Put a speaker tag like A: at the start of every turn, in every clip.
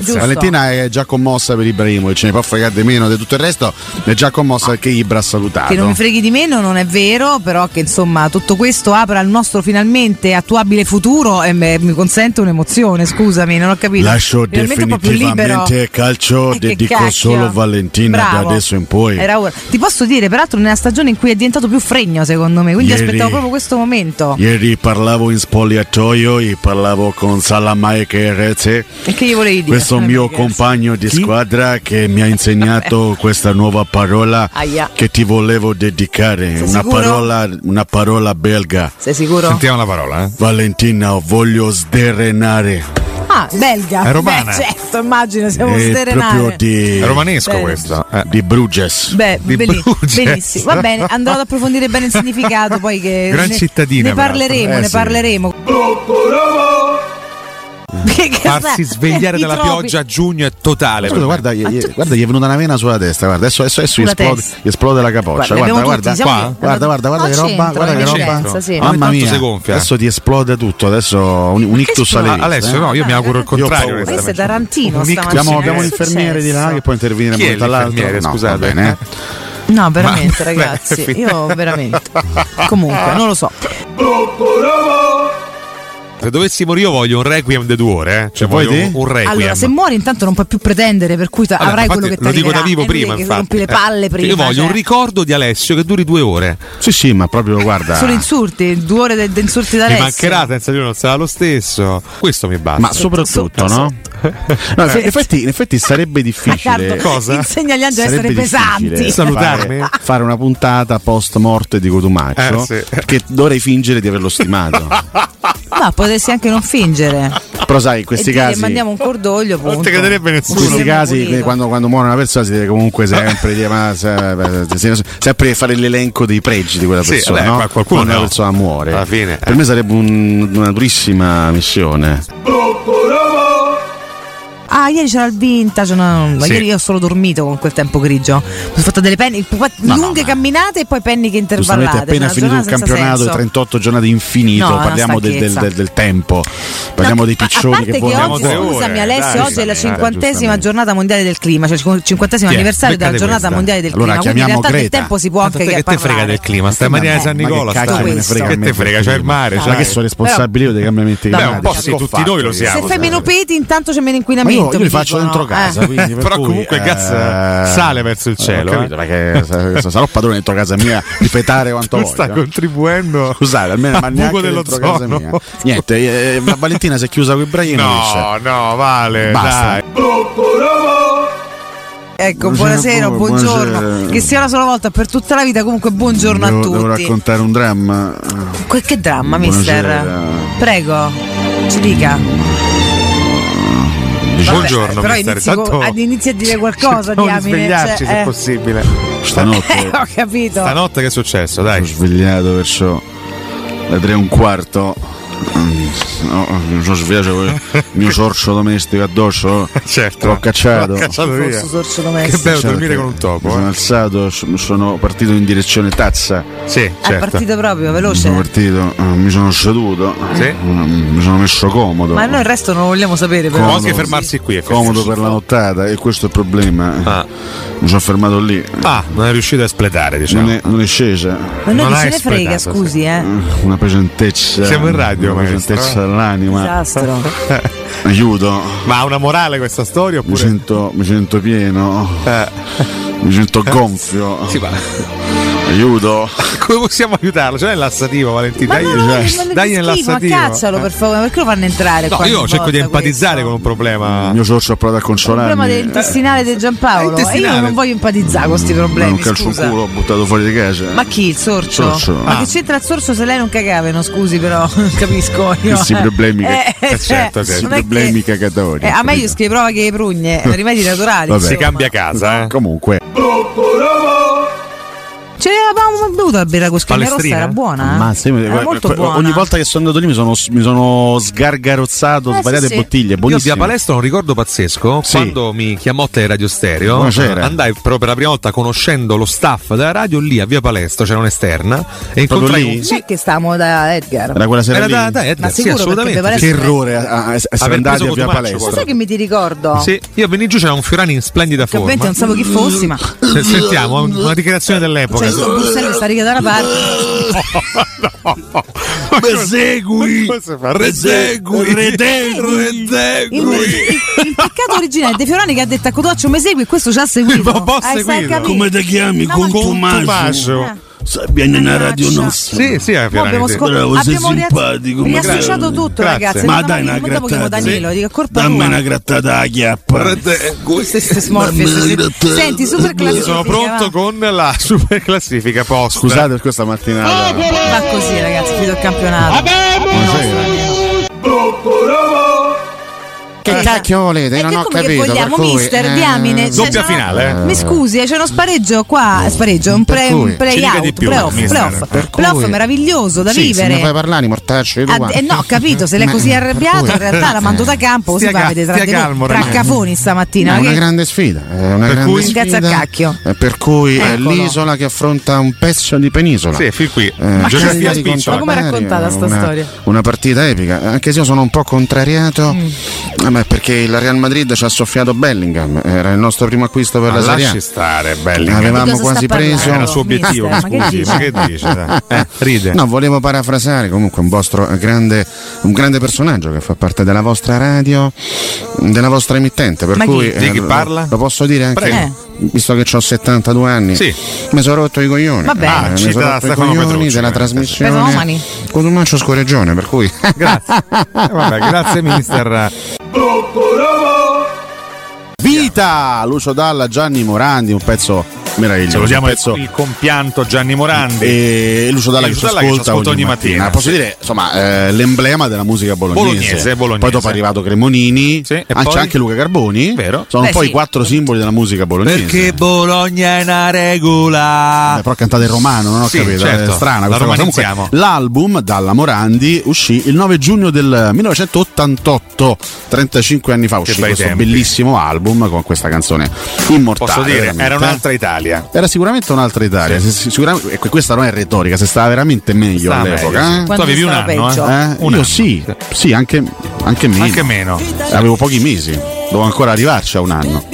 A: Giusto.
B: Valentina è già commossa per Ibrahimovic, ne può fregare di meno di tutto il resto, è già commossa perché Ibra ha salutato.
A: Che non mi freghi di meno non è vero, però che insomma tutto questo apra il nostro finalmente attuabile futuro e me- mi consente un'emozione, scusami, non ho capito.
B: Lascio
A: Finalmente un po' più libero.
B: definitivamente calcio,
A: Eh, che
B: dedico
A: cacchio.
B: solo Valentina da
A: Bravo.
B: adesso in poi.
A: Era ora. Ti posso dire, peraltro, nella stagione in cui è diventato più fregno, secondo me. Quindi
B: Ieri-
A: aspettavo proprio questo momento.
B: Ieri parlavo in spogliatoio e parlavo con Salamai che Reze.
A: E che gli volevi dire?
B: Questo mio compagno di squadra che mi ha insegnato questa nuova parola
A: Aia.
B: che ti volevo dedicare, una
A: sicuro?
B: parola, una parola belga.
A: Sei sicuro?
C: la parola, eh.
B: Valentina, voglio sderenare.
A: Ah, belga.
C: È romana.
A: Beh, certo, immagino, siamo
B: È proprio
A: sterenati.
B: di,
C: È romanesco
A: Beh.
C: questo. eh.
B: di Bruges.
A: Beh,
C: di cioè,
A: belli-
C: Bruges.
A: benissimo. Va bene, andrò ad approfondire bene il significato. Poi che
C: Gran
A: ne,
C: cittadina,
A: ne
C: peraltro.
A: parleremo,
C: Eh,
A: ne
C: sì.
A: parleremo. Che- che
C: Farsi
A: sa-
C: svegliare
A: i
C: dalla
A: tropi.
C: pioggia a giugno è totale.
B: Scusa, guarda, gli, gli- guarda, gli è venuta una vena sulla testa, guarda, adesso, adesso, adesso gli
A: Sulla
B: esplode,
A: testa.
B: gli esplode la
A: Guarda,
B: capoccia, guarda,
A: abbiamo
B: guarda,
A: tutti, siamo
B: qua,
A: qui.
B: guarda, guarda, guarda
A: Al
B: che roba,
A: centro,
B: guarda che
A: al
B: roba,
A: centro. Sì.
C: Ogni
B: mamma
C: tanto
B: mia,
C: si gonfia.
B: adesso ti esplode tutto, adesso un, un ictus
A: esplode?
B: alle
C: Ah,
B: vista,
C: Alessio,
B: eh.
C: no, io mi auguro il contrario.
B: paura.
C: questa
A: Questo è
C: mattina.
A: Tarantino.
C: Un mix-
A: stamattina. eh.
B: Chiamo,
A: Che
B: chiamo
A: è
B: l'infermiere di là
A: successo?
B: che può intervenire
C: Chi è
B: molto all'altro.
C: l'infermiere?
B: No,
C: Scusate.
B: va bene.
A: No, veramente,
C: Ma-
A: ragazzi.
C: beh,
A: Io veramente. Comunque, non lo so.
C: Eh, Se dovessi morire, io voglio un requiem di due ore. eh. Cioè,
B: Vuoi
C: voglio
B: te?
C: un requiem.
A: Allora, se muori, intanto non puoi più pretendere, per cui t-
C: Vabbè,
A: avrai
C: infatti,
A: quello che ti
C: lo dico da
A: arriverà.
C: vivo
A: È inutile
C: prima
A: che
C: infatti.
A: rompi le
C: Eh.
A: palle prima.
C: io voglio
A: cioè.
C: un ricordo di Alessio che duri due ore
B: Sì, sì, ma proprio guarda.
A: Solo insulti, due ore di di insulti da
C: mi
A: Alessio.
C: mancherà senza di lui non sarà lo stesso questo mi basta
B: Ma soprattutto, no? No, in effetti, in effetti sarebbe difficile.
A: Eh. Riccardo,
C: Cosa?
A: Insegna agli angeli a essere
B: Sarebbe difficile
A: pesanti.
B: fare-
C: Salutarmi?
B: Fare, una puntata post morte di Cotumaccio
C: Eh, sì.
B: che dovrei fingere di averlo stimato.
A: No, potresti anche non fingere.
B: Però sai, in questi
A: e dire,
B: casi.
A: mandiamo un cordoglio. Punto.
C: ti crederebbe
B: In
C: nessuno.
A: Un
B: questi
A: sermone
B: casi,
A: pulito.
B: eh, quando, quando muore una persona, si deve comunque sempre, dire, ma, se- se- sempre fare l'elenco dei pregi di quella
C: Sì,
B: persona.
C: vabbè,
B: no?
C: qual- qualcuno
B: quando
C: no.
B: una persona muore,
C: Alla fine, eh.
B: per me sarebbe un- una durissima missione.
A: Ah, ieri c'era il vintage. no, no, no,
C: Sì.
A: Ieri io ho solo dormito con quel tempo grigio. Mi sono fatta delle penne, pupa- lunghe camminate e poi penny che
B: Giustamente,
A: intervallate. Cioè,
B: appena
A: Una
B: finito il
A: giornata senza
B: campionato,
A: senso.
B: 38 giornate infinito,
A: No, una
B: parliamo del, del-
A: stanchezza.
B: del- del tempo, parliamo
A: No,
B: dei
A: a- a
B: piccioni
A: parte
B: che
A: che,
B: volano.
A: oggi,
C: Tre ore,
A: scusami Alessio,
C: dai,
A: oggi è la
C: giustamente,
A: cinquantesima
B: giustamente.
A: giornata mondiale del clima, cioè il cinquantesimo
C: Chi è?
A: anniversario della
C: Beccate
A: giornata
C: questa.
A: mondiale del
B: Allora,
A: clima. Quindi in
B: chiamiamo
A: realtà del
B: Greta.
A: tempo si può
C: Tanto
A: anche
C: te- che te
A: parlare.
C: frega del clima stai in maniera di San
B: Ma che
C: Nicola
B: cacchio
C: stai.
B: me ne
A: questo.
B: frega a
C: che
B: me
C: te
B: del
C: frega c'è il
B: clima?
C: mare
A: Ma
C: c'hai-
B: Ma che sono responsabili io dei cambiamenti
A: Beh, un
B: climatici?
C: po' sì,
B: Che ho
C: tutti
B: fatto
C: noi lo
B: io?
C: siamo,
A: Se fai meno peti, intanto c'è meno
B: Ma io,
A: inquinamento.
B: io
A: mi
B: li faccio
A: dicono.
B: dentro casa,
A: Eh.
B: quindi, per
C: Però
B: cui,
C: comunque il gas, eh, sale verso il
B: eh,
C: cielo,
B: Ho capito, perché sa- sa- sarò padrone dentro casa mia di petare quanto
C: tu
B: voglio.
C: stai contribuendo
B: Scusate, almeno
C: al
B: ma
C: buco
B: neanche
C: dello
B: dentro casa
C: zono.
B: mia. Niente, eh, la Valentina si è chiusa con Ibrahimovic.
C: no no vale
B: Basta.
C: dai
A: Ecco, buonasera,
B: Buonasera,
A: buongiorno.
B: buonasera.
A: Che sia una sola volta per tutta la vita, comunque buongiorno
B: devo, devo
A: a tutti.
B: raccontare un dramma.
A: Que- che dramma,
B: Buonasera.
A: mister. Prego, ci dica.
C: buongiorno
A: Però
C: mister
A: inizi, co-
C: Tanto
A: ad- inizi a dire qualcosa,
C: cerchiamo di
A: diamine.
C: svegliarci
A: cioè,
C: se
A: eh.
C: possibile
B: "Oh, Stanotte
A: Ho capito.
C: stanotte che è successo
B: Sono
C: dai
B: svegliato verso le tre e un quarto. Mm, no, mi sono svegliato con il mio sorcio domestico addosso.
C: certo
B: L'ho cacciato.
C: L'ho cacciato via
A: Forse sorcio
C: che
A: domestico.
C: bello dormire con un
B: Mi sono
C: topo eh.
B: alzato, s- sono partito in direzione Tazza.
C: sì
A: È
C: certo
A: partito proprio veloce.
B: Sono partito, eh, mi sono seduto,
C: Sì.
B: eh, mi sono messo comodo.
A: Ma noi il resto non lo vogliamo sapere però.
C: può
B: Comodo.
C: anche fermarsi qui
B: Comodo per la nottata e questo è il problema.
C: Ah.
B: Mi sono fermato lì.
C: ah non è riuscito a espletare diciamo
B: Non, è, non è scesa
A: Ma noi
C: Non
A: chi
C: hai
A: se ne frega,
C: espletato,
A: scusi, eh.
B: una pesantezza.
C: Siamo in radio,
B: una
C: maestro. Esatto.
B: pesantezza dell'anima.
A: Disastro.
B: Aiuto.
C: Ma ha una morale questa storia
B: Mi
C: oppure?
B: sento, mi sento pieno,
C: Eh,
B: mi sento gonfio.
C: sì, ma
B: Aiuto.
C: come possiamo aiutarlo? Cioè è lassativo Valentina.
A: Ma
C: dai,
A: no, no,
C: dai,
A: ma- ma-
C: dai
A: che
C: nel
A: schifo,
C: lassativo.
A: caccialo per favore, perché lo fanno entrare
C: No,
A: qua
C: io
A: ogni
C: cerco di
A: volta
C: empatizzare con
A: questo?
C: un problema.
B: Il mio sorcio ha provato a
A: Il problema
B: consolarmi. Eh,
A: dell'intestinale di Giampaolo
C: Eh,
A: e io
C: intestinale.
A: non voglio empatizzare con questi
B: Ma
A: problemi.
B: un calcio in
A: scusa.
B: culo ho buttato fuori di casa.
A: Ma chi? Il sorcio?
B: Sorcio.
A: Ma
C: Ah.
A: che c'entra il sorcio se lei non cagava? No, scusi, però non capisco. Io.
B: Questi problemi che-
A: Eh, cioè,
C: certo, certo.
B: Sì,
A: non è
B: problemi
A: che-
B: cagatori.
A: Eh, a meglio scrive prova che eh, prugne, rimedi naturali.
B: Vabbè.
C: Si
A: insomma.
C: cambia casa, eh.
B: Comunque,
A: Ce l'avevamo bevuta la birra con schiena rossa,
C: Palestrina?
A: era buona. eh?
B: Ma sì,
A: era
B: que-
A: molto
B: que-
A: buona.
B: ogni volta che sono andato lì mi sono, mi sono sgargarozzato
A: Eh, sì,
B: svariate
A: sì.
B: bottiglie.
C: Io
B: Buonissime.
C: via palestra ho un ricordo pazzesco.
B: Sì.
C: Quando mi chiamò Teleradio Stereo,
B: Buonasera.
C: andai proprio per la prima volta conoscendo lo staff della radio lì a via palestra, c'era un'esterna. E
B: Proprio
C: incontrai
B: lì?
C: un-
A: Non
C: Sì,
A: è che stavamo da Edgar.
B: Era quella sera
C: era
B: lì. Eh,
C: da, da Edgar,
A: Ma
C: sì,
A: sicuro, perché
C: assolutamente.
A: deve
B: Che errore a- a- a- essere
C: Aver
B: andati
C: preso
B: a via
C: Cotumaccio,
A: Ma
B: palestra.
A: sai che mi ti ricordo?
C: Sì, io venì giù c'era un Fiorani in splendida
A: Che
C: forma.
A: ovviamente non sapevo chi fossi,
B: Mm.
A: ma
C: Se- Sentiamo una dichiarazione
A: cioè,
C: dell'epoca.
A: sto Busselli sta riga da una parte.
B: Resegui!
C: Resegui,
A: Il, il- il peccato originale De Fiorani che ha detto a Cotoccio mi segui, questo ci ha seguito.
C: Ma posso
A: Eh, stai a
C: seguirlo?
A: capire?
D: Come ti chiami?
A: No,
D: con
A: ma-
D: Tommaso.
C: Tommaso.
A: Eh.
D: Vieni nella radio
A: Mannaggia.
D: nostra.
C: Sì, sì, era
A: Poi
C: Fiorani.
A: abbiamo
C: sì.
A: scop-
D: Bravo, sei
A: abbiamo rias-
D: simpatico, ma
A: riassociato
D: grazie.
A: tutto,
C: Grazie.
A: ragazzi.
D: Ma
A: Domani-
D: dai una
A: dopo chiamo
D: grattata.
A: Danilo,
D: sì.
A: dico, è colpa
D: Dammi
A: tua.
D: una grattata alla chiappa.
C: Resegui.
A: Queste smorfie.
D: Dammi una
A: queste-
D: grattata.
A: Senti, super classifica.
C: Sono pronto con la eh. super classifica post.
B: Scusate per questa
A: Eh,
B: mattinata.
A: Va così, ragazzi, finito il campionato.
B: Buonasera.
A: Che cacchio volete? Non ho capito. Che vogliamo, mister? Diamine. Cioè,
C: Doppia
A: c'è una-
C: finale, eh.
A: Mi scusi, eh, c'è uno spareggio qua. Spareggio, un, pre- un
C: Ci dica
A: play-out.
C: di più,
A: playoff,
C: mister.
A: playoff.
E: Per
A: Playoff
E: cui-
A: meraviglioso da
E: Sì, se
A: vivere.
E: ne fai parlare, mortacci tu
A: Ah, eh, no, ho capito, se lei è
E: Ma-
A: così
E: per
A: arrabbiato,
E: cui-
A: in realtà la mando da campo, così
C: Stia
A: fa
C: ca-
A: vedere tra
C: stia
A: di noi.
C: calmo, ragazzi.
A: Braccafoni stamattina.
E: è
A: ma
E: una
A: che-
E: grande sfida, è una
C: Per
E: grande
C: cui-
A: Singhiazza
E: sfida,
A: a cacchio.
E: eh, per cui è
A: Eccolo.
E: l'isola che affronta un pezzo di penisola.
C: Sì, fin qui.
E: Eh,
C: Ma
E: giocare
A: che-
E: di
A: ma
E: contro
A: come è
E: Bari,
A: raccontata sta
E: una-
A: storia? Mm.
E: Una partita epica, anche se io sono un po' contrariato, eh, ma è perché il Real Madrid ci ha soffiato Bellingham, era il nostro primo acquisto per
C: Ma
E: la Serie
C: Ah, lasci
E: A.
C: stare, belli.
A: Di
E: Avevamo
A: cosa
E: quasi
A: sta parlando?
E: preso
C: Era il suo obiettivo,
A: Mister, ma
C: mi
A: che
C: scusi,
A: dici?
C: ma che dice? dai? Eh, ride.
E: No, volevo parafrasare comunque un vostro grande, un grande personaggio che fa parte della vostra radio, della vostra emittente. Per
A: Ma chi?
E: cui,
C: Di chi
E: lo-
C: parla?
E: Lo posso dire anche
A: Prego. Eh.
E: visto che ho 72 anni.
C: Sì.
E: Mi sono rotto i coglioni. Eh,
A: Vabbè. Ah,
E: mi
C: cita
E: sono rotto i
C: Stefano
E: coglioni
C: Petrucci,
E: della
C: eh.
E: trasmissione.
A: Pesomani.
E: Con un mancio scorreggione, per cui
C: Grazie. Eh, vabbè, grazie, mister.
B: Vita! Lucio Dalla, Gianni Morandi, un pezzo meraviglioso.
C: Salutiamo
B: un
C: il,
B: pezzo
C: il compianto Gianni Morandi.
B: Eh, e Lucio Dalla
C: E
B: che
C: Lucio
B: ci
C: Dalla
B: ascolta,
C: che ci ascolta ogni mattina.
B: Posso dire, insomma, eh, l'emblema della musica bolognese.
C: Bolognese, bolognese.
B: Poi dopo è arrivato Cremonini,
C: Sì, e
B: ah,
C: poi?
B: c'è anche Luca Carboni.
C: Vero.
B: Sono
A: Beh,
B: poi
A: sì.
B: i quattro simboli della musica bolognese.
C: Bologna è una regola.
B: Eh, però cantate in romano, non ho
C: Sì,
B: capito,
C: certo.
B: è strana
C: La
B: questa cosa. Comunque,
C: romanizziamo.
B: l'album dalla Morandi uscì il 9 giugno del 1988, 35 anni fa uscì
C: bei
B: questo
C: tempi.
B: bellissimo album con questa canzone immortale.
C: Posso dire,
B: veramente.
C: era un'altra Italia.
B: Era sicuramente un'altra Italia, se- se- sicuramente- e que- questa non è retorica, si stava veramente meglio
C: Stava
B: all'epoca.
C: meglio, sì.
B: eh?
A: Quando
C: tu avevi un
A: stava
C: anno,
A: peggio.
C: eh?
B: Eh,
C: Un
B: io
C: anno.
B: sì, sì, anche, anche meno.
C: Anche meno.
B: Avevo pochi mesi, dovevo ancora arrivarci a un anno,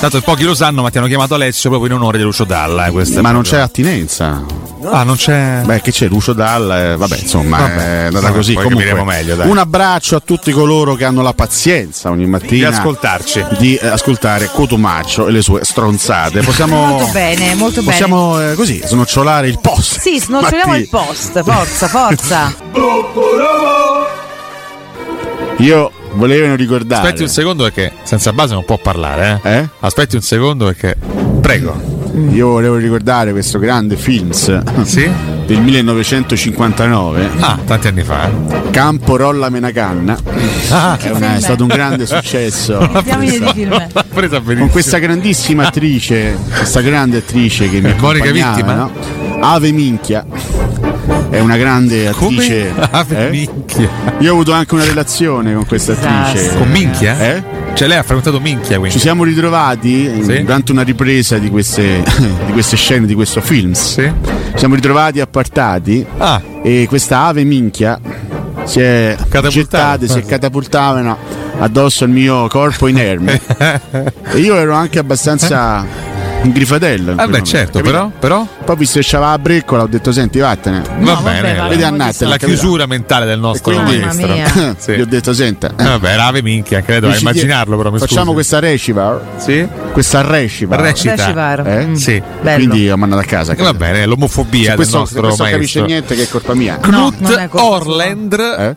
C: Tanto pochi lo sanno, ma ti hanno chiamato Alessio proprio in onore di Lucio Dalla. eh, questa è
B: ma non c'è
C: proprio-
B: attinenza.
C: Ah, non c'è.
B: Beh, che c'è Lucio Dalla, eh, vabbè, insomma, è andata
C: vabbè,
B: così.
C: poi
B: Comunque,
C: capiremo meglio, dai.
B: un abbraccio a tutti coloro che hanno la pazienza ogni
C: di
B: mattina
C: ascoltarci.
B: di, eh, ascoltare Cotumaccio e le sue stronzate. Possiamo,
A: Molto bene, molto bene.
B: possiamo eh, così snocciolare il post.
A: Sì, snoccioliamo
B: Matti,
A: il post, forza, forza.
B: Io volevo ricordare.
C: Aspetti un secondo perché senza base non può parlare. Eh?
B: Eh?
C: Aspetti un secondo perché. Prego.
B: Io volevo ricordare questo grande films
C: Sì?
B: del 1959,
C: Ah, tanti anni fa. eh.
B: Campo Rolla Menacanna.
C: Ah.
B: È, una-
A: film è?
B: è stato un grande successo.
A: Diamine di film.
C: L'ha presa benissimo.
B: con questa grandissima attrice, questa grande attrice che mi
C: Eh, Monica
B: accompagnava,
C: Vittima?
B: no? Ave Minchia. È una grande attrice.
C: Come? Ah,
B: eh?
C: minchia.
B: Io ho avuto anche una relazione con questa attrice.
A: Disastro.
C: Con minchia?
B: Eh?
C: Cioè, lei ha frequentato minchia
B: Ci
C: quindi.
B: siamo ritrovati eh,
C: Sì.
B: durante una ripresa di queste, di queste scene, di questo film. Ci
C: Sì.
B: siamo ritrovati appartati
C: Ah,
B: e questa ave minchia si è
C: Catapultata.
B: gettata, si è catapultata no, addosso al mio corpo inerme. e io ero anche abbastanza un grifatello. in
C: eh
B: quel
C: beh,
B: momento,
C: certo,
B: capito?
C: però. però
B: Poi vi strisciava la breccola, ho detto senti vattene.
C: va
A: vabbè,
C: bene.
A: va
C: la-
A: bene.
B: Vedi annatela.
C: la
B: capito?
C: chiusura mentale del nostro
B: E quindi-
C: ministro.
A: Mamma mia.
C: Eh, Sì.
B: Gli ho detto senta. eh,
C: vabbè, era ave minchia, credo, a
B: dici-
C: immaginarlo però. Mi
B: Facciamo
C: scusi. Eh,
B: questa recipa.
C: Sì?
B: Questa recipa.
C: Reci- Città.
A: Recivaro.
B: Eh?
A: Mm.
C: Sì.
A: Bello.
B: Quindi ho mandato a casa.
C: Eh, Va
B: credo.
C: bene, l'omofobia
B: Se
C: del
B: questo, se
C: nostro
B: questo non capisce
C: maestro.
B: niente che è colpa mia.
A: No,
C: Knut
A: non è colpa sua.
C: Orland.
B: Eh?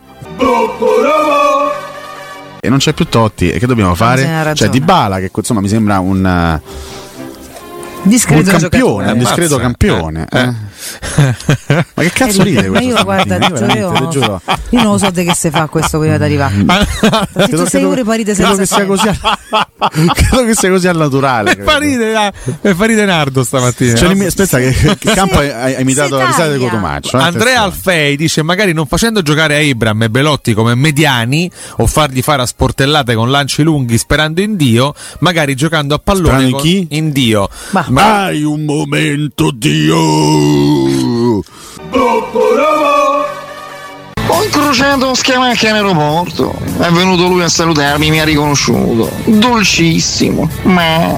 B: E non c'è più Totti, e che dobbiamo
A: ce n'era
B: fare? Cioè,
A: ragione.
B: Di Bala, che insomma mi sembra un, eh, un
A: Discreto
B: campione,
A: giocatore.
B: un discreto
C: Ammazza.
B: campione.
C: Eh,
B: eh.
C: eh.
F: Ma che cazzo ride
A: Ma
F: questo?
A: io guarda,
F: stamattina?
A: ti giuro,
F: veramente,
A: io, non
F: te
A: lo
F: giuro.
A: so. Io non lo so di che si fa questo prima di arrivare. Se tu
F: Credo-
A: sei
F: credo-
A: ore parite
F: credo
A: senza
F: che sia
A: sapere.
F: così al- credo che sia così al naturale.
C: E fa ridere, ah, e fa ridere Nardo stamattina.
B: Cioè,
C: no?
B: l'imi- aspetta, che, che Campo ha, ha imitato la risata di
A: taglia.
B: Cotomaccio. eh,
C: Andrea Alfei dice: Magari non facendo giocare a Ibram e Belotti come mediani o fargli fare a sportellate con lanci lunghi sperando in Dio, magari giocando a pallone
B: Sperando in
C: con-
B: chi?
C: in Dio.
A: Ma-
G: Hai un momento, Dio.
H: Ho incrociato un schiamacca in aeroporto, è venuto lui a salutarmi, mi ha riconosciuto, dolcissimo, ma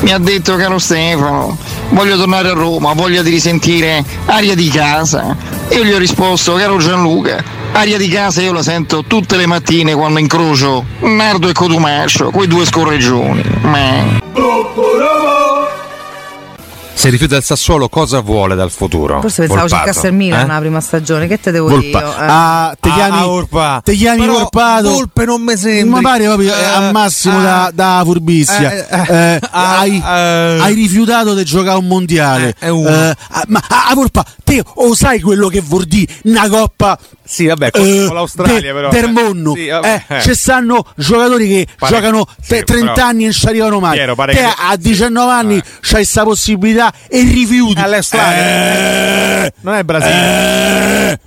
H: mi ha detto caro Stefano, voglio tornare a Roma, voglio di risentire aria di casa. Io gli ho risposto, caro Gianluca, aria di casa io la sento tutte le mattine quando incrocio Nardo e Cotumaccio, quei due scorreggioni, ma...
C: Se rifiuta il Sassuolo, cosa vuole dal futuro?
A: Forse pensavo
C: Volpato,
A: cercasse il Milan
C: eh?
A: nella prima stagione, che te devo dire
B: Volpa.
A: io? Eh.
B: Ah, te chiami,
C: Ah, Orpa.
B: te chiami
C: Però
B: Orpato.
C: Volpe non mi ah. sembra.
B: Ma pare proprio eh, al massimo da, da furbizia.
C: eh, eh,
B: Eh,
C: ah,
B: hai,
C: eh.
B: hai rifiutato di giocare a un mondiale.
C: Eh, è uno.
B: ah, ma a Volpa, te o sai quello che vuol dire una coppa
C: Sì, vabbè, con,
B: eh,
C: con l'Australia,
B: de-
C: però. cioè,
B: del mondo?
C: Sì, vabbè,
B: Eh,
C: eh.
B: ci stanno giocatori che
C: Pare-
B: giocano
C: sì,
B: te- 30
C: però-
B: anni e non ci arrivano mai.
C: Piero, pare
B: te
C: che-
B: a 19 anni
C: Eh.
B: c'hai questa possibilità e rifiuti.
C: All'Australia. non è Brasile.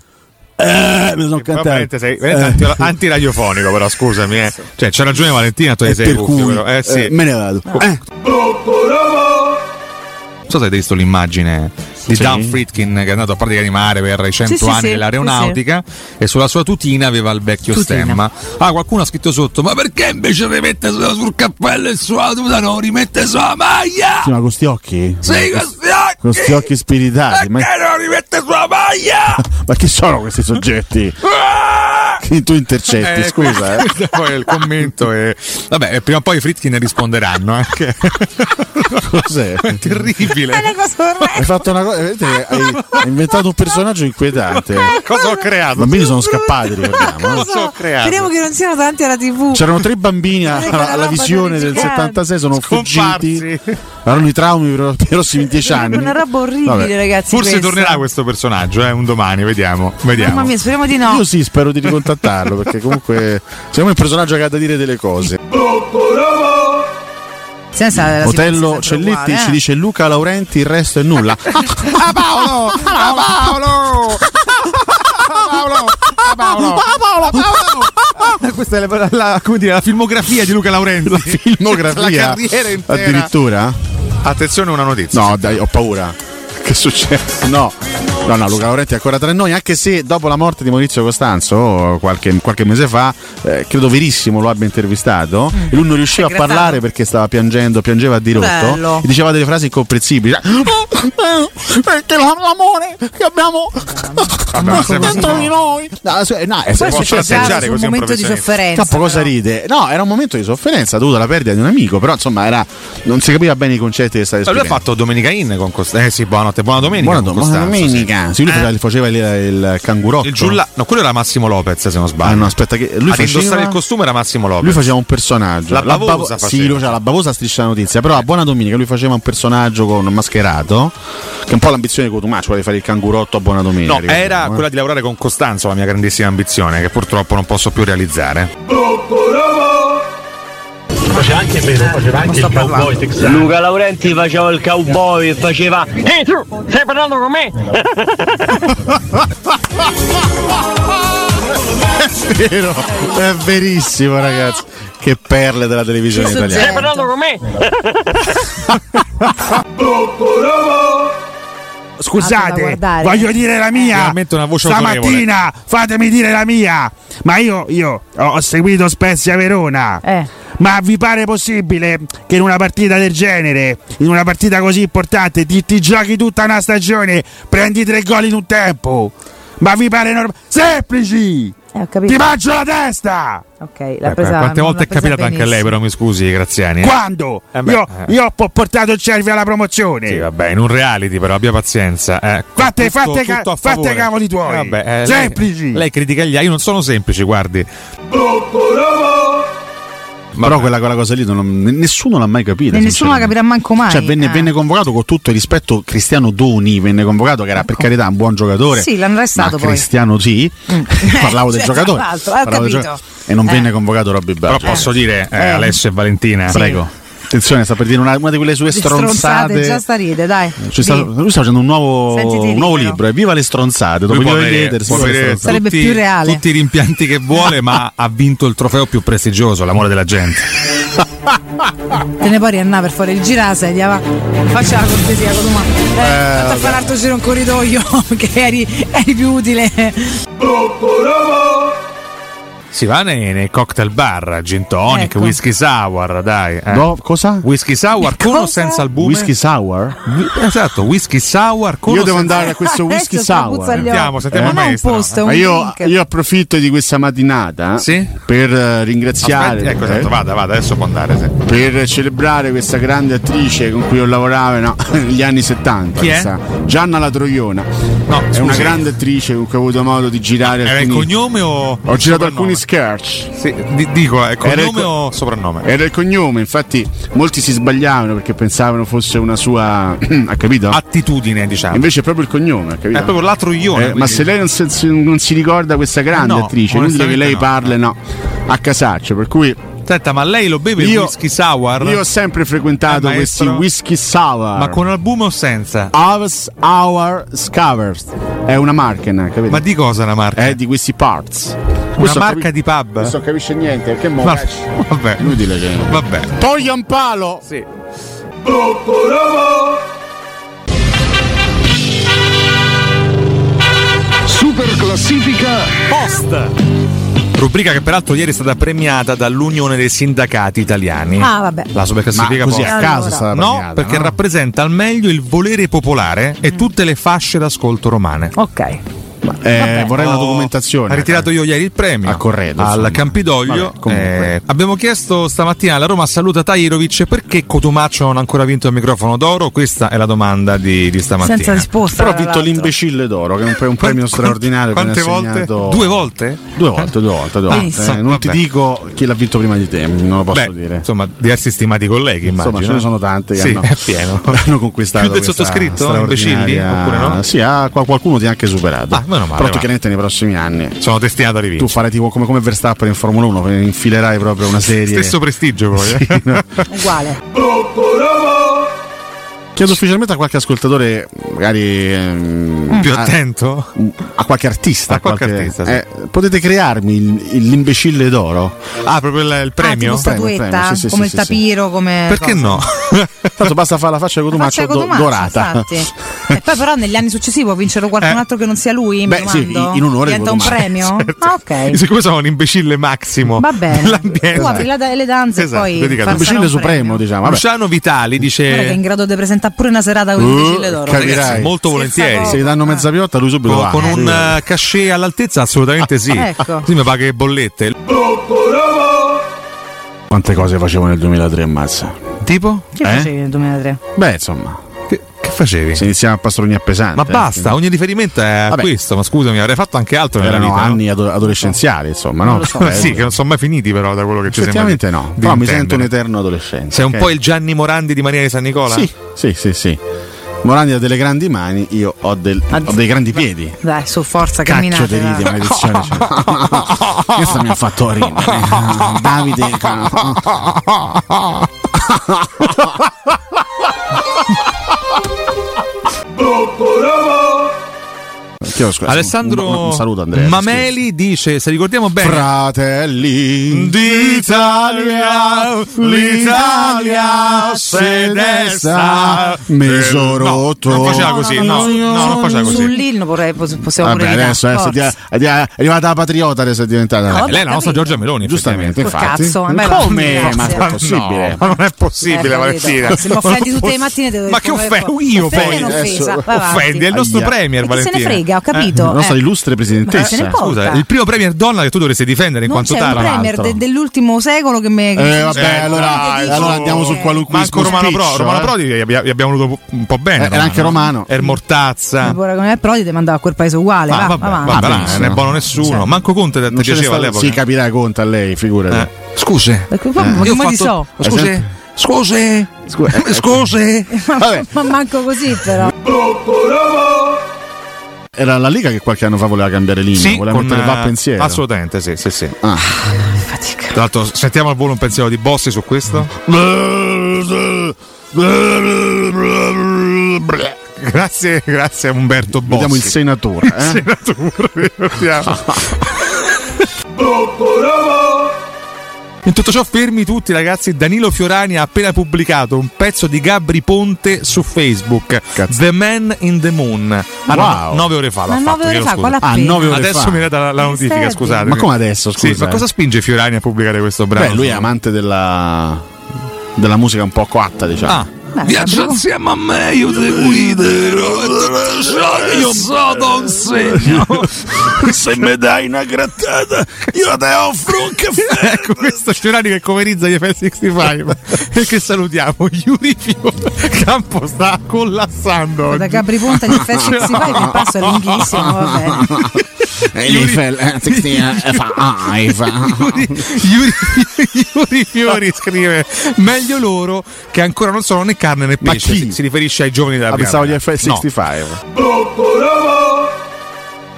B: Eh, mi sono
C: Però
B: cantato.
C: veramente sei-
B: Eh.
C: veramente anti- antiradiofonico, però scusami. Eh. Cioè, c'è ragione Valentina, tu
B: E
C: ne sei
B: per
C: cuffio,
B: cui
C: però. Eh, sì.
B: eh, me ne vado. Eh.
C: Non so se avete visto l'immagine di Dan Fritkin che è andato a praticare di mare per i 100
A: Sì, sì,
C: anni
A: sì,
C: dell'aeronautica e sulla sua tutina aveva il vecchio
A: Tutina.
C: stemma. Ah, qualcuno ha scritto sotto: Ma perché invece rimette solo sul cappello e sulla tuta non rimette sulla maglia?
B: Sì, ma con questi occhi?
C: Sì,
B: con
C: questi occhi!
B: questi occhi spiritati. Ma,
C: Perché non rimette sulla maglia?
B: ma chi sono questi soggetti?
C: Ah!
B: Che tu intercetti,
C: Eh,
B: scusa. Eh.
C: questo poi è il commento e vabbè eh, prima o poi i Fritkin ne risponderanno anche
B: Cos'è?
C: è terribile
A: È una cosa orrenda.
B: Hai fatto una cosa. vedete, Hai, hai inventato un personaggio inquietante. I
C: cosa ho creato
B: bambini sono scappati, ricordiamo. eh.
C: Cosa ho creato?
A: Speriamo che non siano tanti alla TV.
B: C'erano tre bambini a- alla, alla visione del 76, sono
C: Scomparsi.
B: fuggiti. Avranno i traumi per i prossimi dieci anni.
A: Una roba orribile,
B: Vabbè.
A: ragazzi.
C: Forse
A: questa.
C: tornerà questo personaggio, eh, un domani, vediamo. vediamo.
A: Mamma mia, speriamo di no.
B: Io sì, spero di ricontattarlo perché comunque siamo il personaggio che ha da dire delle cose.
A: Senza la
B: Otello
A: situazione sempre
B: Celletti
A: uguale,
B: ci
A: eh.
B: dice Luca Laurenti, il resto è nulla.
C: Ah, Paolo! Ah, Paolo! Ah, Paolo! Ah, Paolo! Ah, Questa è la, la- come dire, la filmografia di Luca Laurenti. La
B: Filmografia.
C: La carriera intera.
B: Addirittura?
C: Attenzione, una notizia.
B: No, dai, ho paura. Che succede? No. No, no, Luca Laurenti è ancora tra noi, anche se dopo la morte di Maurizio Costanzo, oh, qualche, qualche mese fa, eh, credo Verissimo lo abbia intervistato,
C: Mm.
B: e lui non riusciva a
A: Aggravato.
B: parlare perché stava piangendo, piangeva a
A: Bello.
B: dirotto, e diceva delle frasi Cioè, "Oh, incomprensibili. Perché eh, l'amore che abbiamo
C: Vabbè, ma sembra-
B: dentro di noi. No,
C: eh,
B: se- no, è-
A: Poi
C: può
A: se c'è
C: tratteggiare
A: stato un
C: così un
A: momento di
C: professionista.
A: sofferenza.
B: Campo cosa
A: però.
B: ride? No, era un momento di sofferenza dovuto alla perdita di un amico, però insomma era, non si capiva bene i concetti che stavi
C: Lui ha
B: esprimendo.
C: fatto Domenica In con Costanzo. Eh sì, buonanotte, buona domenica.
B: Buona,
C: con
B: dom- buona
C: Costanzo, sì.
B: domenica. Sì, lui
C: Eh.
B: faceva, gli faceva il, il cangurotto.
C: Il giulla... No, quello era Massimo Lopez, se non sbaglio.
B: Ah, no, aspetta, che lui
C: Ad indossare il
B: faceva,
C: costume era Massimo Lopez.
B: lui faceva un personaggio.
C: La bavosa
B: bavo-
C: faceva.
B: Sì, lui faceva la bavosa striscia la notizia. Però a Buona Domenica lui faceva un personaggio con un mascherato. Che è un po' l'ambizione di Cotumaccio, vuole fare il cangurotto a Buona Domenica.
C: No,
B: ricordiamo,
C: era
B: eh.
C: quella di lavorare con Costanzo la mia grandissima ambizione, che purtroppo non posso più realizzare.
I: Luca Laurenti faceva il cowboy e faceva
H: Ehi "Eh, tu, stai parlando con me?
B: È vero, è verissimo, ragazzi. Che perle della televisione
A: Sì,
B: italiana.
A: succede.
H: parlando con me?
A: Altro da
G: Scusate,
A: guardare. Eh.
G: voglio dire la mia.
C: veramente Eh, una voce
G: Stamattina fatemi dire la mia. Ma io, io ho ho seguito Spezia Verona.
A: Eh.
G: Ma vi pare possibile che in una partita del genere, in una partita così importante, ti, ti giochi tutta una stagione, prendi tre gol in un tempo? Ma vi pare normale? Semplici!
A: Eh, ho
G: Ti
A: capito.
G: mangio la testa!
A: Ok, l'ha
C: Eh,
A: presa.
C: quante
A: Esatto, non
C: volte
A: l'ha
C: è capitato
A: presa
C: anche a lei,
A: benissimo.
C: però mi scusi, Graziani. eh.
G: Quando?
C: Eh beh,
G: io,
C: eh.
G: io ho portato il Cervi alla promozione!
C: Sì, vabbè, in un reality, però abbia pazienza. eh.
G: Fate-
C: Tutto-
G: fate
C: tutto
G: ca-
C: a favore.
G: fate cavoli tuoi.
C: Vabbè, eh,
G: Semplici.
C: Lei, lei critica gli altri, io non sono semplici, guardi.
B: Però quella, quella cosa lì non- nessuno l'ha mai capita.
A: E nessuno la capirà manco mai.
B: Cioè, venne,
A: Eh.
B: venne convocato con tutto il rispetto. Cristiano Doni venne convocato, che era per carità un buon giocatore.
A: Ecco. Sì, l'hanno arrestato
B: ma
A: poi.
B: Cristiano sì. Parlavo del
A: cioè,
B: giocatore.
A: tra l'altro, eh, ho
B: parlavo del
A: capito.
B: e non
A: Eh.
B: venne convocato Robby Baggio.
C: Però posso dire, eh,
A: Eh.
C: Alessio e Valentina,
A: Sì.
B: Prego. Attenzione, sta per dire una, una di quelle sue
A: Le
B: stronzade.
A: già sta ride, dai.
B: Ci sta-
A: Dì.
B: lui sta facendo un nuovo,
A: Sentiti
B: un
A: libero.
B: nuovo libro, eh, Viva le stronzade. Dopo
C: Lui può
B: Viva
C: avere-
B: Leaders,
C: può
B: Viva le
C: avere
B: stronzade.
A: Sarebbe
C: tutti-
A: più reale.
C: Tutti i rimpianti che vuole, ma ha vinto il trofeo più prestigioso, l'amore della gente.
A: Te ne puoi riannà per fare il girasedia, va. Faccia la cortesia, Codumà. Eh, vatti a fare un altro giro in corridoio, che eri, eri più utile.
C: Si va nei, nei cocktail bar, gin tonic,
A: Ecco.
C: whisky sour, dai. eh.
B: No, cosa?
C: Whisky sour con o
A: Cosa?
C: senza albume?
B: Whisky sour?
C: Whi- esatto, whisky sour con
B: Io
C: o
B: devo
C: senza-
B: andare a questo whisky
A: Ah, Adesso sta puzza agli
B: sour. Eh?
A: occhi.
C: Sentiamo, sentiamo
A: Ma
C: il
A: non è un
C: maestro.
A: posto, è un
B: Ma io,
A: drink.
B: io approfitto di questa mattinata
C: Sì?
B: per eh, ringraziare,
C: Aspetti, ecco,
B: eh,
C: esatto, vada, vada, adesso può andare. sì.
B: per celebrare questa grande attrice con cui ho lavorato no, negli anni 70.
C: Chi è?
B: questa- Gianna La Troiona.
C: No,
B: È
C: scusi,
B: una grande attrice con cui ho avuto modo di girare
C: Era il
B: alcuni-
C: cognome o.
B: Ho girato
C: soprannome?
B: alcuni sketch.
C: Sì, di- dico, è
B: Era il
C: cognome
B: co- Eh,
C: o soprannome?
B: Era il cognome, infatti molti si sbagliavano perché pensavano fosse una sua. ha capito?
C: Attitudine, diciamo.
B: Invece è proprio il cognome, ha capito?
C: È proprio l'altro
B: Eh,
C: ione.
B: ma se lei non, si- si- non si ricorda questa grande
C: Eh no,
B: attrice, è inutile che lei
C: onestamente
B: parli no, a casaccio, per cui
C: Senta, ma lei lo beve il
B: Io-
C: whisky sour?
B: io ho sempre frequentato
C: Eh,
B: questi
C: maestro.
B: whisky sour.
C: Ma con albume o senza?
B: Ah. Hours Hour Scovers è una marca, no, capito?
C: Ma di cosa la marca?
B: è Eh, di questi parts.
C: Una
B: Questo
C: marca
B: capi-
C: di pub?
B: Questo non capisce niente, perché mo
C: Ma-
B: cacci.
C: vabbè.
B: Inutile che.
C: Vabbè.
B: Poi un palo!
C: Sì.
H: Super classifica
C: Post. Rubrica che peraltro ieri è stata premiata dall'Unione dei Sindacati Italiani.
A: Ah, vabbè.
C: La superclassifica
B: Così
C: post.
B: a caso è stata
C: No,
B: premiata,
C: perché rappresenta al meglio il volere popolare
A: Mm.
C: e tutte le fasce d'ascolto romane.
A: Ok.
B: Eh, vorrei una
A: Oh.
C: Ho-
B: documentazione.
C: oh.
B: eh.
C: Ha ritirato io ieri il premio
B: A Corredo,
C: al
B: insomma.
C: Campidoglio.
B: Vabbè, comunque.
C: Eh, abbiamo chiesto stamattina alla Roma saluta Tairovic perché Cotumaccio non ha ancora vinto il microfono d'oro. Questa è la domanda di, di stamattina.
A: Senza risposta.
B: Però ho
A: tra
B: vinto
A: l'altro.
B: l'imbecille d'oro, che è un, pre- un premio straordinario. che mi ha
C: Quante volte?
B: assegnato-
C: Due volte?
B: Due volte, due volte, due volte.
A: Pensa.
B: Eh, non ti
C: Vabbè.
B: dico chi l'ha vinto prima di te, non lo posso
C: Beh,
B: dire.
C: Insomma, diversi stimati colleghi, immagino. eh.
B: Insomma, ce ne sono tante che
C: Sì,
B: hanno,
C: è pieno.
B: hanno conquistato.
C: Più del
B: questa
C: sottoscritto, imbecilli,
B: straordinaria-
C: oppure no?
B: Sì, ha- qual- qualcuno ti ha anche superato.
C: Ah, meno male,
B: Però
C: va.
B: tu chiaramente nei prossimi anni
C: Sono destinato a rivincere.
B: tu farai tipo come, come Verstappen in Formula 1, che infilerai proprio una serie.
C: Stesso prestigio poi. eh.
A: Uguale. Ah,
B: Chiedo ufficialmente a qualche ascoltatore, magari ehm,
C: Mm. Più
B: a-
C: attento.
B: A qualche artista,
C: A qualche artista, sì.
B: eh, potete crearmi il- il- l'imbecille d'oro?
C: Ah, proprio il, il
A: Ah, tipo
C: premio?
B: premio,
A: statuetta,
B: premio, sì, sì,
A: come
B: sì,
A: il
B: sì, sì.
A: tapiro, come...
C: Perché no?
B: Tanto basta fare la faccia di Cotumaccio
A: Faccia
B: do-
A: Cotumaccio,
B: dorata.
A: infatti. e poi però negli anni successivi può vincerlo qualcun
C: Eh.
A: altro che non sia lui, mi
B: Beh, sì,
A: domando.
B: in onore di
A: Diventa
B: Certo.
A: un
B: Cotumaccio.
A: premio? Ah, ok.
C: Siccome sono un imbecille massimo.
A: Va bene.
C: L'ambiente.
A: Tu apri la da- le danze
C: Esatto,
A: e
C: vedi
A: poi
C: che
A: far
B: L'imbecille
A: sarà un
B: supremo,
A: premio.
B: diciamo. Vabbè.
C: Luciano Vitali
A: Guarda che è in
C: dice
A: grado di presentare pure una serata con il fucile
B: Uh,
A: d'oro.
B: capirai.
C: ragazzi, molto
A: Stessa
C: volentieri.
A: cosa.
B: Se gli danno mezza piotta, lui subito
C: Con,
B: va.
C: con un
B: Sì.
C: eh, cachet all'altezza assolutamente sì.
A: Ecco.
C: Sì, mi paga che bollette.
B: Quante cose facevo nel 2003, ammazza.
C: Tipo?
A: Che facevi
B: eh?
A: nel 2003?
B: Beh, insomma,
C: Che, che facevi?
B: se iniziamo a pastrogna pesante.
C: Ma
B: eh.
C: basta, ogni riferimento è a
B: Vabbè.
C: questo, ma scusami, avrei fatto anche altro nella
B: Erano
C: vita. no?
B: anni ado- adolescenziali, insomma, no?
C: Eh, sì, che non sono mai finiti però da quello che ci sembra.
B: Effettivamente no. Però mi sento un
C: un'età.
B: eterno adolescente.
C: Sei un
B: ok?
C: po' il Gianni Morandi di Maria di San Nicola?
B: Sì, sì, sì, sì. Morandi ha delle grandi mani, io ho, del- ho dei grandi piedi.
A: Dai, su forza,
B: Cacchio
A: camminate.
B: di ridi,
A: dai.
B: maledizione. cioè. Questo mi ha fatto ridere. Davide. Chiedo scusa.
C: Alessandro
B: Un, un saluto Andrea.
C: Mameli dice, se ricordiamo
B: scusa.
C: bene,
B: Fratelli
C: d'Italia, l'Italia se desta.
B: mi sono
C: Non
B: rotto.
C: faceva così, no, no, non faceva così.
A: Sull'inno vorrei, pos- possiamo
B: Vabbè,
A: pure
B: adesso eh,
A: evitare,
B: se ti-
A: forza.
B: è di- è arrivata la patriota, adesso è diventata.
A: No,
C: Eh, Lei è la
A: capito.
C: nostra Giorgia Meloni,
B: Giustamente,
A: Col
B: infatti.
A: cazzo, a me va bene,
B: Come? Ma
A: grazie.
B: è possibile?
C: No, ma non è possibile,
A: Eh,
C: Valentina.
A: capito. Se mi offendi tutte le mattine, te
C: Ma che
A: offendo
C: offendo? Io
B: poi,
A: offendi?
B: adesso.
A: Offendi,
C: Offendi, è il nostro
B: Aia.
A: Chi
C: premier,
A: se
C: Valentina.
A: ne frega, ho capito.
B: La nostra
A: eh.
B: illustre
A: Ma se ne
B: presidentessa.
A: importa.
C: Scusa, il primo premier donna che tu dovresti difendere in
A: non
C: quanto
A: c'è
C: tale.
A: un premier de- dell'ultimo secolo che mi. "Cioè, che-
B: Eh, vabbè, allora,
A: che dice-
B: allora andiamo sul qualunque cioè.
C: Ma anche Romano Prodi, Romano Prodi gli abbia- gli abbiamo voluto un po' bene.
B: Eh, era anche Romano.
C: Era Mortazza.
A: Ora con il Prodi ti mandava a quel paese uguale.
C: Ma
A: Eh, va,
C: Ah, vabbè,
A: avanti.
C: vabbè,
B: avanti.
C: non è buono nessuno.
A: Sì.
C: Manco Conte ti
B: Non ce
C: piaceva
B: ne sta-
C: all'epoca.
B: si capirà conta a lei, figurati. Eh,
C: Eh. Scusi.
A: Perché qua-
C: Io ho
A: come ti
C: fatto-
A: so?
C: Scusi. Scusi. Scusi. Scusi.
B: Vabbè,
A: Ma manco così, però.
B: era la Liga che qualche anno fa voleva cambiare linea,
C: Sì,
B: voleva mettere
C: eh,
B: va pensiero.
C: Assolutamente, sì, sì, sì.
B: Ah.
C: Tra l'altro, sentiamo al volo un pensiero di Bossi su questo. Grazie, grazie a Umberto Bossi.
B: Mm. Vediamo il senatore. eh?
C: senatore, ricordiamo. In tutto ciò fermi tutti ragazzi, Danilo Fiorani ha appena pubblicato un pezzo di Gabri Ponte su Facebook,
B: Cazzo.
C: The Man in the Moon. Ah,
B: Wow.
C: 9 ore fa
A: Ma
C: l'ha fatto,
A: nove ore
C: chiedo
A: fa,
C: scusa.
A: qual
B: Ah,
A: appena?
B: nove ore
C: Adesso
B: fa.
C: mi date la, la notifica,
A: Servi.
C: scusate.
B: Ma come adesso,
C: Sì,
B: scusa? eh?
C: ma cosa spinge Fiorani a pubblicare questo brano?
B: Beh, lui è amante della, della musica un po' coatta, diciamo.
C: Ah.
A: Beh,
C: Viaggia
A: Gabri-
C: insieme a me, io ti guiderò. Io sono un segno.
B: se mi dai una grattata, io te offro un caffè.
C: ecco questo Fiorani che coverizza gli F65 e che salutiamo Yuri Fio Campo sta collassando
A: Da
C: oggi.
A: Gabri Ponte di FSX si fa il passo è lunghissimo, va bene.
J: Eiffel, eh,
B: ah,
J: 65.
C: Yuri, Yuri- Yuri Fiori scrive meglio loro che ancora non sono né carne né
B: Ma
C: pesce
B: chi?
C: si, si riferisce ai giovani della
B: Ah, pensavo gli
C: primavera. No.
B: F65.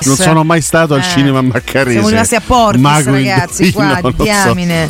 B: Non sono mai stato al
A: Eh.
B: cinema Maccarese.
A: Siamo rimasti a Portis,
B: Mago
A: ragazzi,
B: Indovino,
A: qua,
B: non so.
A: diamine.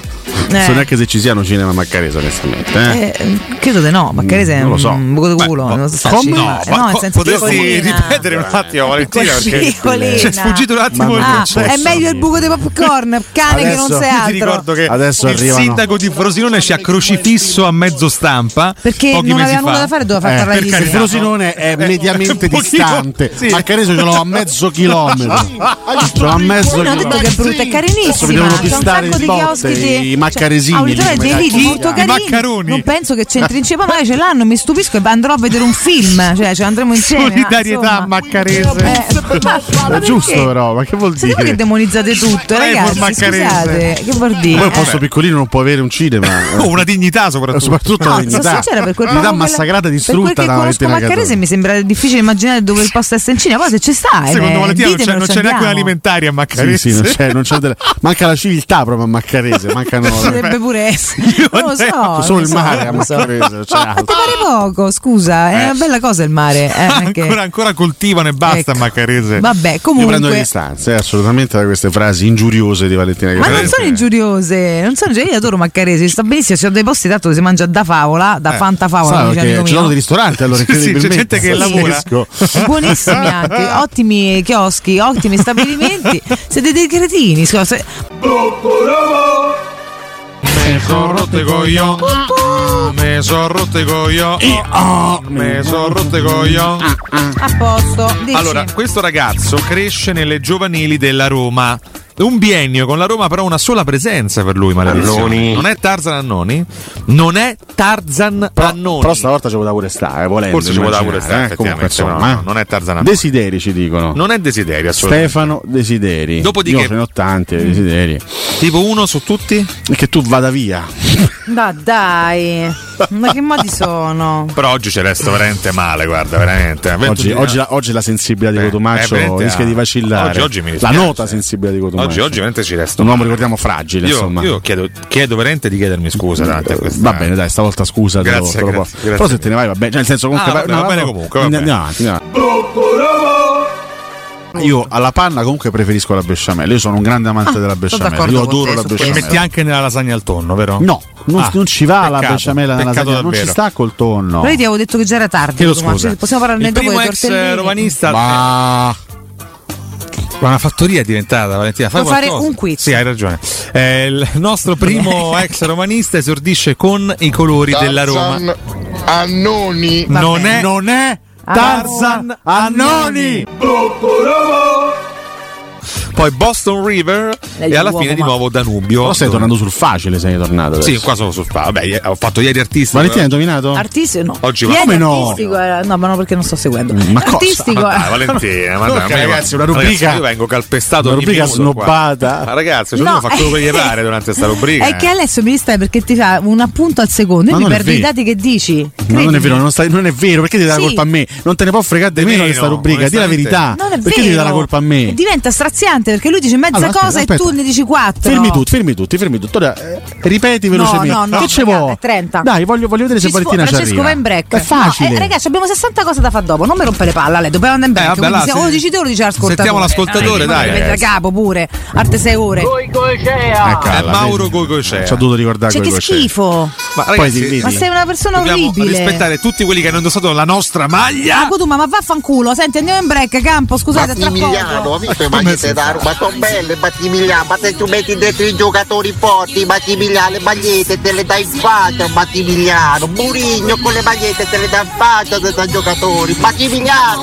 B: Non
A: Eh.
B: so neanche se ci siano cinema Maccarese, onestamente. eh.
A: Eh, credo di no, ma Carese è
B: Non lo so.
A: un mm, buco di culo.
C: Beh,
A: non so sta
C: come?
A: cinema.
C: No,
A: Eh,
C: ma
A: no, nel
C: po-
A: senso
C: potresti
A: piccolina.
C: ripetere un attimo, Valentina? Perché
A: Piccolina.
C: c'è sfuggito un attimo il
A: Ah,
C: concetto.
A: è meglio il buco dei popcorn, cane che non
B: Adesso-
A: sei
C: Io ti
A: altro.
C: ricordo che
B: Adesso
C: il
B: arrivano.
C: sindaco di Frosinone ci ha crocifisso a mezzo stampa
A: Perché
C: pochi
A: non
C: mesi
A: aveva nulla
C: fa.
A: da fare, doveva fare
B: Eh,
A: la
C: per
A: visita.
B: Il Frosinone è mediamente
C: un pochino-
B: distante.
C: sì.
B: Maccarese ce l'ho a mezzo chilometro. ce l'ho a mezzo
A: No, ho detto che è brutta, è
B: chilometro. Adesso mi
A: carinissima.
B: devono
A: C'è un
B: pistare
A: sacco
B: i
A: di
B: botte,
A: chioschi di
B: i maccaresini,
A: Cioè, ha un litro
B: lì, come
A: dei
B: cacchio
A: lidi
B: si
A: molto
C: chiama? I
A: carini.
C: maccaroni.
A: Non penso che c'entri in Cima, ma ce l'hanno, mi stupisco e andrò a vedere un film. Cioè, ce andremo insieme. Eh,
C: Solidarietà
A: ma,
C: maccarese.
B: È giusto, eh. però, ma che vuol
A: Se voi che
B: dire?
A: demonizzate tutto,
C: Lei è
A: ragazzi,
C: formacarese.
A: scusate, che vuol dire?
B: Poi un posto piccolino non può avere un cinema.
C: Oh,
B: eh.
C: una dignità soprattutto.
B: Soprattutto la
A: No, sono
B: dignità.
A: sincera, per quel
B: Dignità
A: proprio
B: massacrata e
A: quella- Per
B: distrutta
A: quel che
B: da
A: conosco
B: Valentina
A: Maccarese
B: Catone.
A: mi sembra difficile immaginare dove il posto sta in Cina, poi se ci sta.
C: Secondo
A: eh,
C: Valentina non c'è,
A: ditemelo,
C: non c'è
A: ci
C: neanche
A: andiamo.
C: un'alimentare a
B: Sì,
C: Maccarese.
B: sì, non c'è, non c'è della- manca la civiltà proprio a Maccarese, mancano
A: Ci Dovrebbe pure essere. Non lo so.
B: ecco, solo il
A: non so.
B: mare a Maccarese, non c'è
A: Ma ti
B: altro.
A: pare poco, scusa, è una bella cosa il mare. eh, anche-
C: ancora, ancora coltivano e basta a
A: Ecco.
C: Maccarese.
A: Vabbè,
B: Io prendo le
A: comunque.
B: distanze eh, assolutamente da queste frasi ingiuriose di Valentina
A: Ma
B: Catone.
A: non sono ingiuriose, non sono ingiuriose, io adoro Maccarese, ci sta benissimo, ci sono dei posti tanto che si mangia da favola, da fanta favola,
B: Sai,
A: come dice
B: perché
A: amico
B: Eh, ci sono
A: mio.
B: dei ristoranti allora
C: Sì, sì,
B: incredibilmente.
C: c'è gente che lavora.
B: Pazzesco.
A: buonissimi anche, ottimi chioschi, ottimi stabilimenti. Siete dei cretini, scusa. se-
C: Me sono rotto i coglioni. Me sono rotto i coglioni. Me sono rotto i coglioni.
A: A posto, dici.
C: Allora, questo ragazzo cresce nelle giovanili della Roma. Un biennio con la Roma, però una sola presenza per lui, maledizione. Non è Tarzan Annoni? Non è Tarzan Annoni.
B: Però stavolta ci vuole pure stare, volendo.
C: Forse ci vuole pure
B: immaginare,
C: stare,
B: eh, comunque,
C: effettivamente.
B: insomma,
C: No, no,
B: eh.
C: non è Tarzan Annoni.
B: Desideri ci dicono.
C: Non è desiderio, assolutamente.
B: Stefano Desideri.
C: Dopodiché-
B: Io ce ne ho tanti eh, desideri.
C: Tipo uno su tutti?
B: E Che tu vada via.
A: Ma dai, ma che modi sono?
C: Però oggi ce resto veramente male, guarda, veramente.
B: Oggi,
C: Venti-
B: oggi la, oggi la sensibilità di
C: Eh,
B: Cotomaccio
C: eh, veramente,
B: rischia di
C: ah,
B: vacillare.
C: oggi- oggi mi
B: la
C: dispiace.
B: nota sensibilità di Cotomaccio.
C: oggi, oggi veramente ci resto
B: Un uomo,
C: male.
B: ricordiamo, fragile.
C: Io,
B: insomma.
C: io chiedo, chiedo veramente di chiedermi scusa davanti a questa-
B: Va bene, dai, stavolta scusa. te lo- te
C: Grazie,
B: lo
C: grazie,
B: posso.
C: grazie
B: Però se
C: mille.
B: te ne vai, va bene. Cioè, nel senso, comunque,
C: Ah, vabbè, va bene comunque, va
B: Andiamo
C: bene.
B: avanti, andiamo avanti. Io alla panna comunque preferisco la besciamella. Io sono un grande amante della besciamella.
A: d'accordo
B: Io
A: con
B: adoro
A: te
B: la
A: su questo.
C: E metti
B: besciamella.
C: anche nella lasagna al tonno, vero?
B: No, non,
C: Ah,
B: non ci va la
C: peccato,
B: besciamella nella
C: peccato
B: lasagna, non ci
C: davvero.
B: sta col tonno.
A: Però io ti avevo detto che già era tardi.
C: Chiedo
A: insomma,
C: scusa.
A: cioè, possiamo parlarne
C: Il
A: dopo
C: primo
A: dei
C: ex eh,
A: tortellini.
C: romanista
B: Ma
C: Ma una fattoria è diventata Valentina. Fai
A: Può fare
C: qualcosa.
A: un quiz.
C: Sì, hai ragione. Eh, il nostro primo ex romanista esordisce con i colori della Roma.
H: Annoni.
A: Va
C: Eh, Non
A: bene.
C: è, non è Tarzan Annoni. poi Boston River
B: Lei
C: e alla
B: uomo,
C: fine di
B: ma-
C: nuovo Danubio.
B: Però sei tornato sul facile, sei tornato.
C: Sì,
B: adesso.
C: qua sono sul fa. Vabbè, ho fatto ieri artista.
B: Valentina, hai indovinato?
A: Artistico no.
C: Oggi va-
A: Ieri
C: Come no?
A: artistico era- Eh, no, ma no perché non sto seguendo.
B: Mm,
C: cosa?
A: artistico
C: Ma dai,
A: era-
C: Ah, Valentina, ma dai,
B: Porca
C: a me-
B: ragazzi, una
C: ragazzi,
B: rubrica-
C: io vengo calpestato
B: una
C: ogni
B: rubrica
C: minuto qua.
B: snobbata.
C: Ma ragazzi, ognuno
A: No,
C: fa quello che gli
A: eh,
C: pare durante questa rubrica. eh.
A: È che adesso mi stai perché ti fa un appunto al secondo e
B: Ma
A: mi
B: non è
A: perdo i
B: vero.
A: dati che dici.
B: No, non
A: Credimi.
B: è vero, non, stai- non è vero, perché ti dà la
A: Sì.
B: colpa a me? Non te ne può fregare di meno
C: meno,
B: questa rubrica, di la
C: onestamente.
B: verità.
A: Non è
B: perché
A: vero.
B: ti dà la colpa a me?
A: Diventa straziante perché lui dice mezza
B: Allora, aspetta,
A: cosa
B: aspetta.
A: e tu ne dici quattro.
B: Fermi tutti, fermi tutti, fermi tutti. Ora, eh, ripeti velocemente.
A: No, no, no,
B: che ce
A: raga,
B: vuoi?
A: è 30.
B: Dai, voglio, voglio vedere
A: Ci
B: se
A: sfo-
B: Valentina ci
A: Francesco
B: arriva.
A: va in break.
B: È facile.
A: No, eh, ragazzi, abbiamo 60 cose da fare dopo. Non me rompere le palle, lei. Dobbiamo andare in break.
C: Eh, vabbè,
A: quindi
C: là,
A: se o
C: se-
A: lo dici te o lo dici l'ascoltatore.
C: sentiamo l'ascoltatore,
A: Eh,
C: dai,
A: ma Da
C: ragazzi.
A: capo pure. Arte 6 ore.
C: È
B: Calla,
C: Eh, Mauro
B: Ah, vedi?
C: Goigocea.
B: Ci ho dovuto ricordare
A: Cioè, che
B: quello c'è.
A: schifo.
C: Ma
B: Poi ti
C: ragazzi,
B: vedi.
A: Ma sei una persona
C: dobbiamo
A: orribile.
C: rispettare tutti quelli che hanno indossato la nostra
A: Ah,
C: maglia.
A: Cotuma, ma vaffanculo. Senti, andiamo in break, campo. Scusate, tra
K: Battimigliano,
A: poco.
K: ha visto le magliette da Roma, sono belle Battimigliano, ma se tu metti dentro i giocatori forti, Battimigliano, le magliette te le dai in faccia, Battimigliano, Murigno con le magliette te le dai in oh! faccia dai giocatori, Battimigliano!